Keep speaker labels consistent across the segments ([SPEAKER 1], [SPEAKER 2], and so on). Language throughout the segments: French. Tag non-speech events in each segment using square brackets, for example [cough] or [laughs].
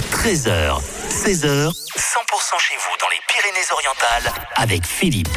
[SPEAKER 1] 13h, 16h, 100% chez vous dans les Pyrénées-Orientales avec Philippe.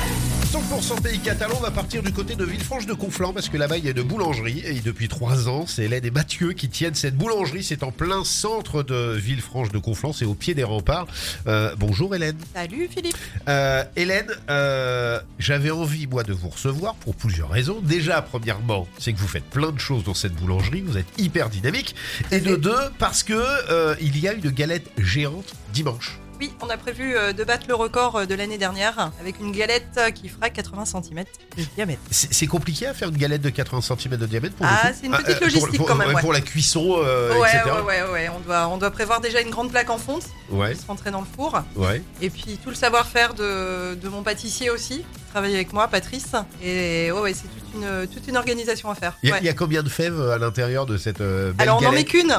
[SPEAKER 2] 100% pays catalan, on va partir du côté de Villefranche-de-Conflans parce que là-bas il y a une boulangerie et depuis trois ans c'est l'aide et Mathieu qui tiennent cette boulangerie. C'est en plein centre de Villefranche-de-Conflans, c'est au pied des remparts. Euh, bonjour Hélène.
[SPEAKER 3] Salut Philippe.
[SPEAKER 2] Euh, Hélène, euh, j'avais envie moi de vous recevoir pour plusieurs raisons. Déjà, premièrement, c'est que vous faites plein de choses dans cette boulangerie, vous êtes hyper dynamique. Et de deux, parce que euh, il y a une galette géante dimanche.
[SPEAKER 3] Oui, on a prévu euh, de battre le record euh, de l'année dernière avec une galette euh, qui fera 80 cm de diamètre.
[SPEAKER 2] C'est c'est compliqué à faire une galette de 80 cm de diamètre pour le
[SPEAKER 3] Ah,
[SPEAKER 2] coup
[SPEAKER 3] c'est une petite
[SPEAKER 2] Euh, pour-
[SPEAKER 3] logistique
[SPEAKER 2] pour,
[SPEAKER 3] quand même,
[SPEAKER 2] ouais,
[SPEAKER 3] ouais.
[SPEAKER 2] Pour la cuisson, euh,
[SPEAKER 3] ouais,
[SPEAKER 2] etc.
[SPEAKER 3] ouais, ouais, ouais. On doit, on doit prévoir déjà une grande plaque en fonte
[SPEAKER 2] Ouais,
[SPEAKER 3] qui se rentrer dans le four.
[SPEAKER 2] ouais.
[SPEAKER 3] Et puis tout le savoir-faire de, de mon pâtissier aussi, qui travaille avec moi, Patrice. Et ouais, ouais, c'est toute une, toute une organisation à faire.
[SPEAKER 2] Il y, a-
[SPEAKER 3] Ouais.
[SPEAKER 2] il y a combien de fèves à l'intérieur de cette euh, belle
[SPEAKER 3] Alors on en met
[SPEAKER 2] galette [laughs]
[SPEAKER 3] qu'une.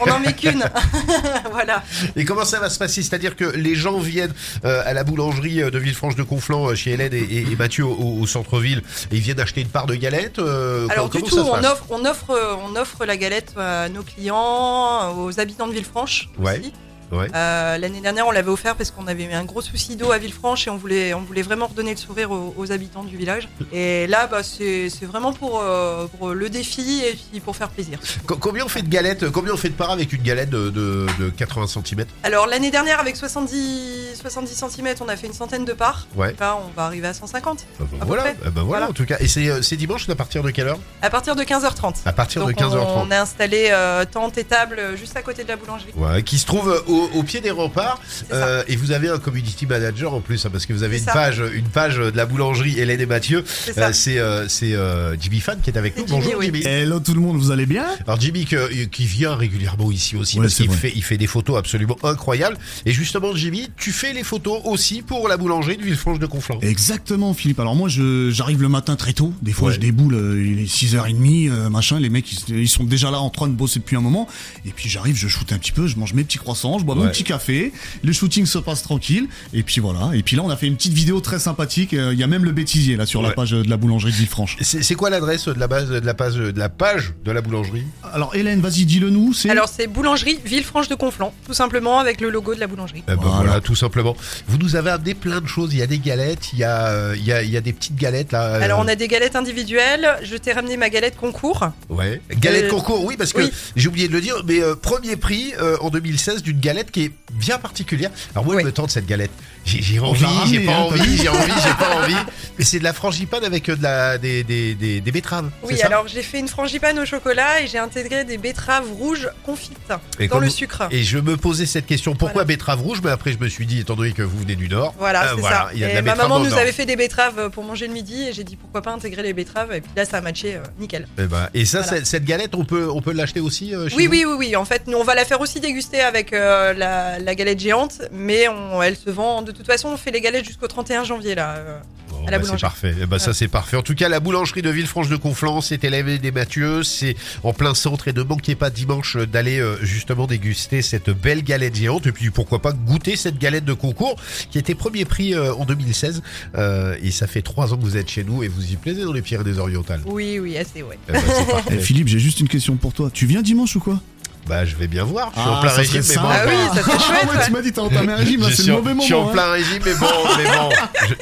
[SPEAKER 3] On en met qu'une. [laughs] voilà.
[SPEAKER 2] Et comment ça va se passer C'est-à-dire que les gens viennent euh, à la boulangerie euh, de Villefranche-de-Conflans euh, chez Hélène et, et- et Mathieu au, au centre-ville et ils viennent acheter une part de galette euh,
[SPEAKER 3] Alors
[SPEAKER 2] comment-
[SPEAKER 3] du tout,
[SPEAKER 2] comment ça se
[SPEAKER 3] on
[SPEAKER 2] passe
[SPEAKER 3] offre, on, offre, euh, on offre la galette à nos clients, aux habitants de Villefranche.
[SPEAKER 2] Ouais,
[SPEAKER 3] aussi.
[SPEAKER 2] ouais.
[SPEAKER 3] Euh, L'année dernière, on l'avait offert parce qu'on avait eu un gros souci d'eau à Villefranche et on voulait, on voulait vraiment redonner le sourire aux, aux habitants du village. Et là, bah, c'est c'est vraiment pour, euh, pour le défi et puis pour faire plaisir.
[SPEAKER 2] Co- Combien on fait de galettes euh, Combien on fait de part avec une galette de, de- de 80 cm
[SPEAKER 3] Alors l'année dernière, avec 70, 70 cm, on a fait une centaine de parts.
[SPEAKER 2] Ouais.
[SPEAKER 3] Là, on va arriver à 150.
[SPEAKER 2] Ah bah
[SPEAKER 3] À peu
[SPEAKER 2] voilà,
[SPEAKER 3] près.
[SPEAKER 2] Ah bah voilà,
[SPEAKER 3] Voilà.
[SPEAKER 2] en tout cas. Et c'est euh, c'est dimanche, c'est à partir de quelle heure
[SPEAKER 3] À partir de 15h30.
[SPEAKER 2] À partir
[SPEAKER 3] Donc
[SPEAKER 2] de 15h30.
[SPEAKER 3] on a installé euh, tente et table euh, juste à côté de la boulangerie.
[SPEAKER 2] Ouais, qui se trouve euh, au, au pied des remparts.
[SPEAKER 3] C'est ça.
[SPEAKER 2] Euh, et vous avez un community manager en plus, hein, parce que vous avez
[SPEAKER 3] C'est
[SPEAKER 2] une
[SPEAKER 3] ça.
[SPEAKER 2] page, une page de la boulangerie Hélène et Mathieu.
[SPEAKER 3] C'est ça.
[SPEAKER 2] Euh, C'est euh, c'est euh, Jimmy Fan qui est avec
[SPEAKER 3] C'est
[SPEAKER 2] nous.
[SPEAKER 3] Jimmy,
[SPEAKER 2] Bonjour
[SPEAKER 3] oui.
[SPEAKER 2] Jimmy.
[SPEAKER 4] Hello tout le monde, vous allez bien
[SPEAKER 2] Alors Jimmy que- qui vient régulièrement ici aussi
[SPEAKER 4] Ouais,
[SPEAKER 2] parce
[SPEAKER 4] c'est
[SPEAKER 2] qu'il
[SPEAKER 4] vrai.
[SPEAKER 2] fait, il fait des photos absolument incroyables. Et justement Jimmy, tu fais les photos aussi pour la boulangerie de Villefranche de Conflans.
[SPEAKER 4] Exactement Philippe, alors moi je- j'arrive le matin très tôt, des fois
[SPEAKER 2] Ouais.
[SPEAKER 4] je déboule, euh, il est 6h30, euh, machin, les mecs ils, ils sont déjà là en train de bosser depuis un moment, et puis j'arrive, je shoote un petit peu, je mange mes petits croissants, je bois
[SPEAKER 2] Ouais.
[SPEAKER 4] mon petit café, le shooting se passe tranquille, et puis voilà, et puis là on a fait une petite vidéo très sympathique, euh, il y a même le bêtisier là sur
[SPEAKER 2] Ouais.
[SPEAKER 4] la page euh, de la boulangerie de Villefranche.
[SPEAKER 2] C'est c'est quoi l'adresse de la base de la page de la page de la boulangerie
[SPEAKER 4] Alors Hélène, vas-y dis-le nous, c'est...
[SPEAKER 3] Alors c'est boulangerie Villefranche de Conflans, tout simplement avec le logo de la boulangerie.
[SPEAKER 2] Eh ben voilà.
[SPEAKER 4] Voilà.
[SPEAKER 2] tout simplement. Vous nous avez amené plein de choses. Il y a des galettes, il y a, euh, il y a, il y a des petites galettes là. euh,
[SPEAKER 3] Alors on a des galettes individuelles, je t'ai ramené ma galette concours.
[SPEAKER 2] Ouais. Galette
[SPEAKER 3] Euh,
[SPEAKER 2] concours, oui, parce que
[SPEAKER 3] oui.
[SPEAKER 2] j'ai oublié de le dire, mais euh, premier prix euh, en 2016 d'une galette qui est bien particulière. Alors moi,
[SPEAKER 3] Ouais.
[SPEAKER 2] je me tente cette galette. J'ai j'ai
[SPEAKER 4] On
[SPEAKER 2] envie,
[SPEAKER 4] l'a ramené,
[SPEAKER 2] j'ai pas
[SPEAKER 4] hein,
[SPEAKER 2] envie, j'ai envie, j'ai pas envie. Mais c'est de la frangipane avec euh, de la, des, des, des, des betteraves. c'est
[SPEAKER 3] Oui,
[SPEAKER 2] ça
[SPEAKER 3] alors j'ai fait une frangipane au chocolat et j'ai intégré des betteraves rouges confites
[SPEAKER 2] Et
[SPEAKER 3] dans
[SPEAKER 2] comme-
[SPEAKER 3] le sucre.
[SPEAKER 2] Et je me posais cette question, pourquoi betterave rouge Mais après, je me suis dit, étant donné que vous venez du Nord,
[SPEAKER 3] Voilà,
[SPEAKER 2] euh,
[SPEAKER 3] c'est
[SPEAKER 2] voilà,
[SPEAKER 3] ça.
[SPEAKER 2] il y a de
[SPEAKER 3] Et
[SPEAKER 2] la
[SPEAKER 3] ma
[SPEAKER 2] betterave
[SPEAKER 3] maman
[SPEAKER 2] dans le
[SPEAKER 3] nous
[SPEAKER 2] Nord.
[SPEAKER 3] avait fait des betteraves pour manger le midi et j'ai dit pourquoi pas intégrer les betteraves et puis là ça a matché euh, nickel.
[SPEAKER 2] Eh ben, et ça,
[SPEAKER 3] Voilà.
[SPEAKER 2] c'est- cette galette, on peut, on peut l'acheter aussi euh, chez
[SPEAKER 3] Oui,
[SPEAKER 2] vous
[SPEAKER 3] oui, oui, oui. En fait, nous on va la faire aussi déguster avec euh, la, la galette géante, mais on, elle se vend. De toute façon, on fait les galettes jusqu'au 31 janvier là. euh.
[SPEAKER 2] Bon, bah,
[SPEAKER 3] À la
[SPEAKER 2] c'est
[SPEAKER 3] boulangerie.
[SPEAKER 2] parfait. Eh ben, Ça,
[SPEAKER 3] Ouais.
[SPEAKER 2] c'est parfait. En tout cas, la boulangerie de Villefranche-de-Conflans, c'est élève des Mathieu, c'est en plein centre et ne manquez pas dimanche euh, d'aller euh, justement déguster cette belle galette géante et puis pourquoi pas goûter cette galette de concours qui était premier prix euh, en 2016 Euh, et ça fait trois ans que vous êtes chez nous et vous y plaisez dans les Pyrénées-Orientales.
[SPEAKER 3] Oui, oui, assez, ouais.
[SPEAKER 2] Eh ben, c'est
[SPEAKER 4] Eh, [laughs]
[SPEAKER 2] parfait.
[SPEAKER 4] Philippe, j'ai juste une question pour toi, tu viens dimanche ou quoi
[SPEAKER 2] bah, je vais bien voir. Je suis en
[SPEAKER 4] Ah,
[SPEAKER 2] plein
[SPEAKER 4] ça serait
[SPEAKER 2] régime, mais bon.
[SPEAKER 4] sympa.
[SPEAKER 3] Ah
[SPEAKER 4] [laughs]
[SPEAKER 3] oui, ça serait chouette,
[SPEAKER 4] ouais,
[SPEAKER 3] ouais.
[SPEAKER 4] Tu m'as dit t'as entamé un régime, là,
[SPEAKER 2] Je
[SPEAKER 4] c'est
[SPEAKER 2] suis
[SPEAKER 4] le
[SPEAKER 2] en-
[SPEAKER 4] mauvais moment.
[SPEAKER 2] Je suis en
[SPEAKER 4] hein.
[SPEAKER 2] plein régime, mais bon, mais
[SPEAKER 4] [laughs]
[SPEAKER 2] bon,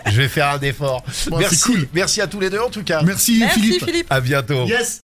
[SPEAKER 2] je, je vais faire un effort.
[SPEAKER 4] Bon, c'est
[SPEAKER 2] merci,
[SPEAKER 4] cool.
[SPEAKER 2] merci à tous les deux en tout cas.
[SPEAKER 4] Merci,
[SPEAKER 3] Merci
[SPEAKER 4] Philippe.
[SPEAKER 3] Philippe.
[SPEAKER 2] À bientôt.
[SPEAKER 4] Yes.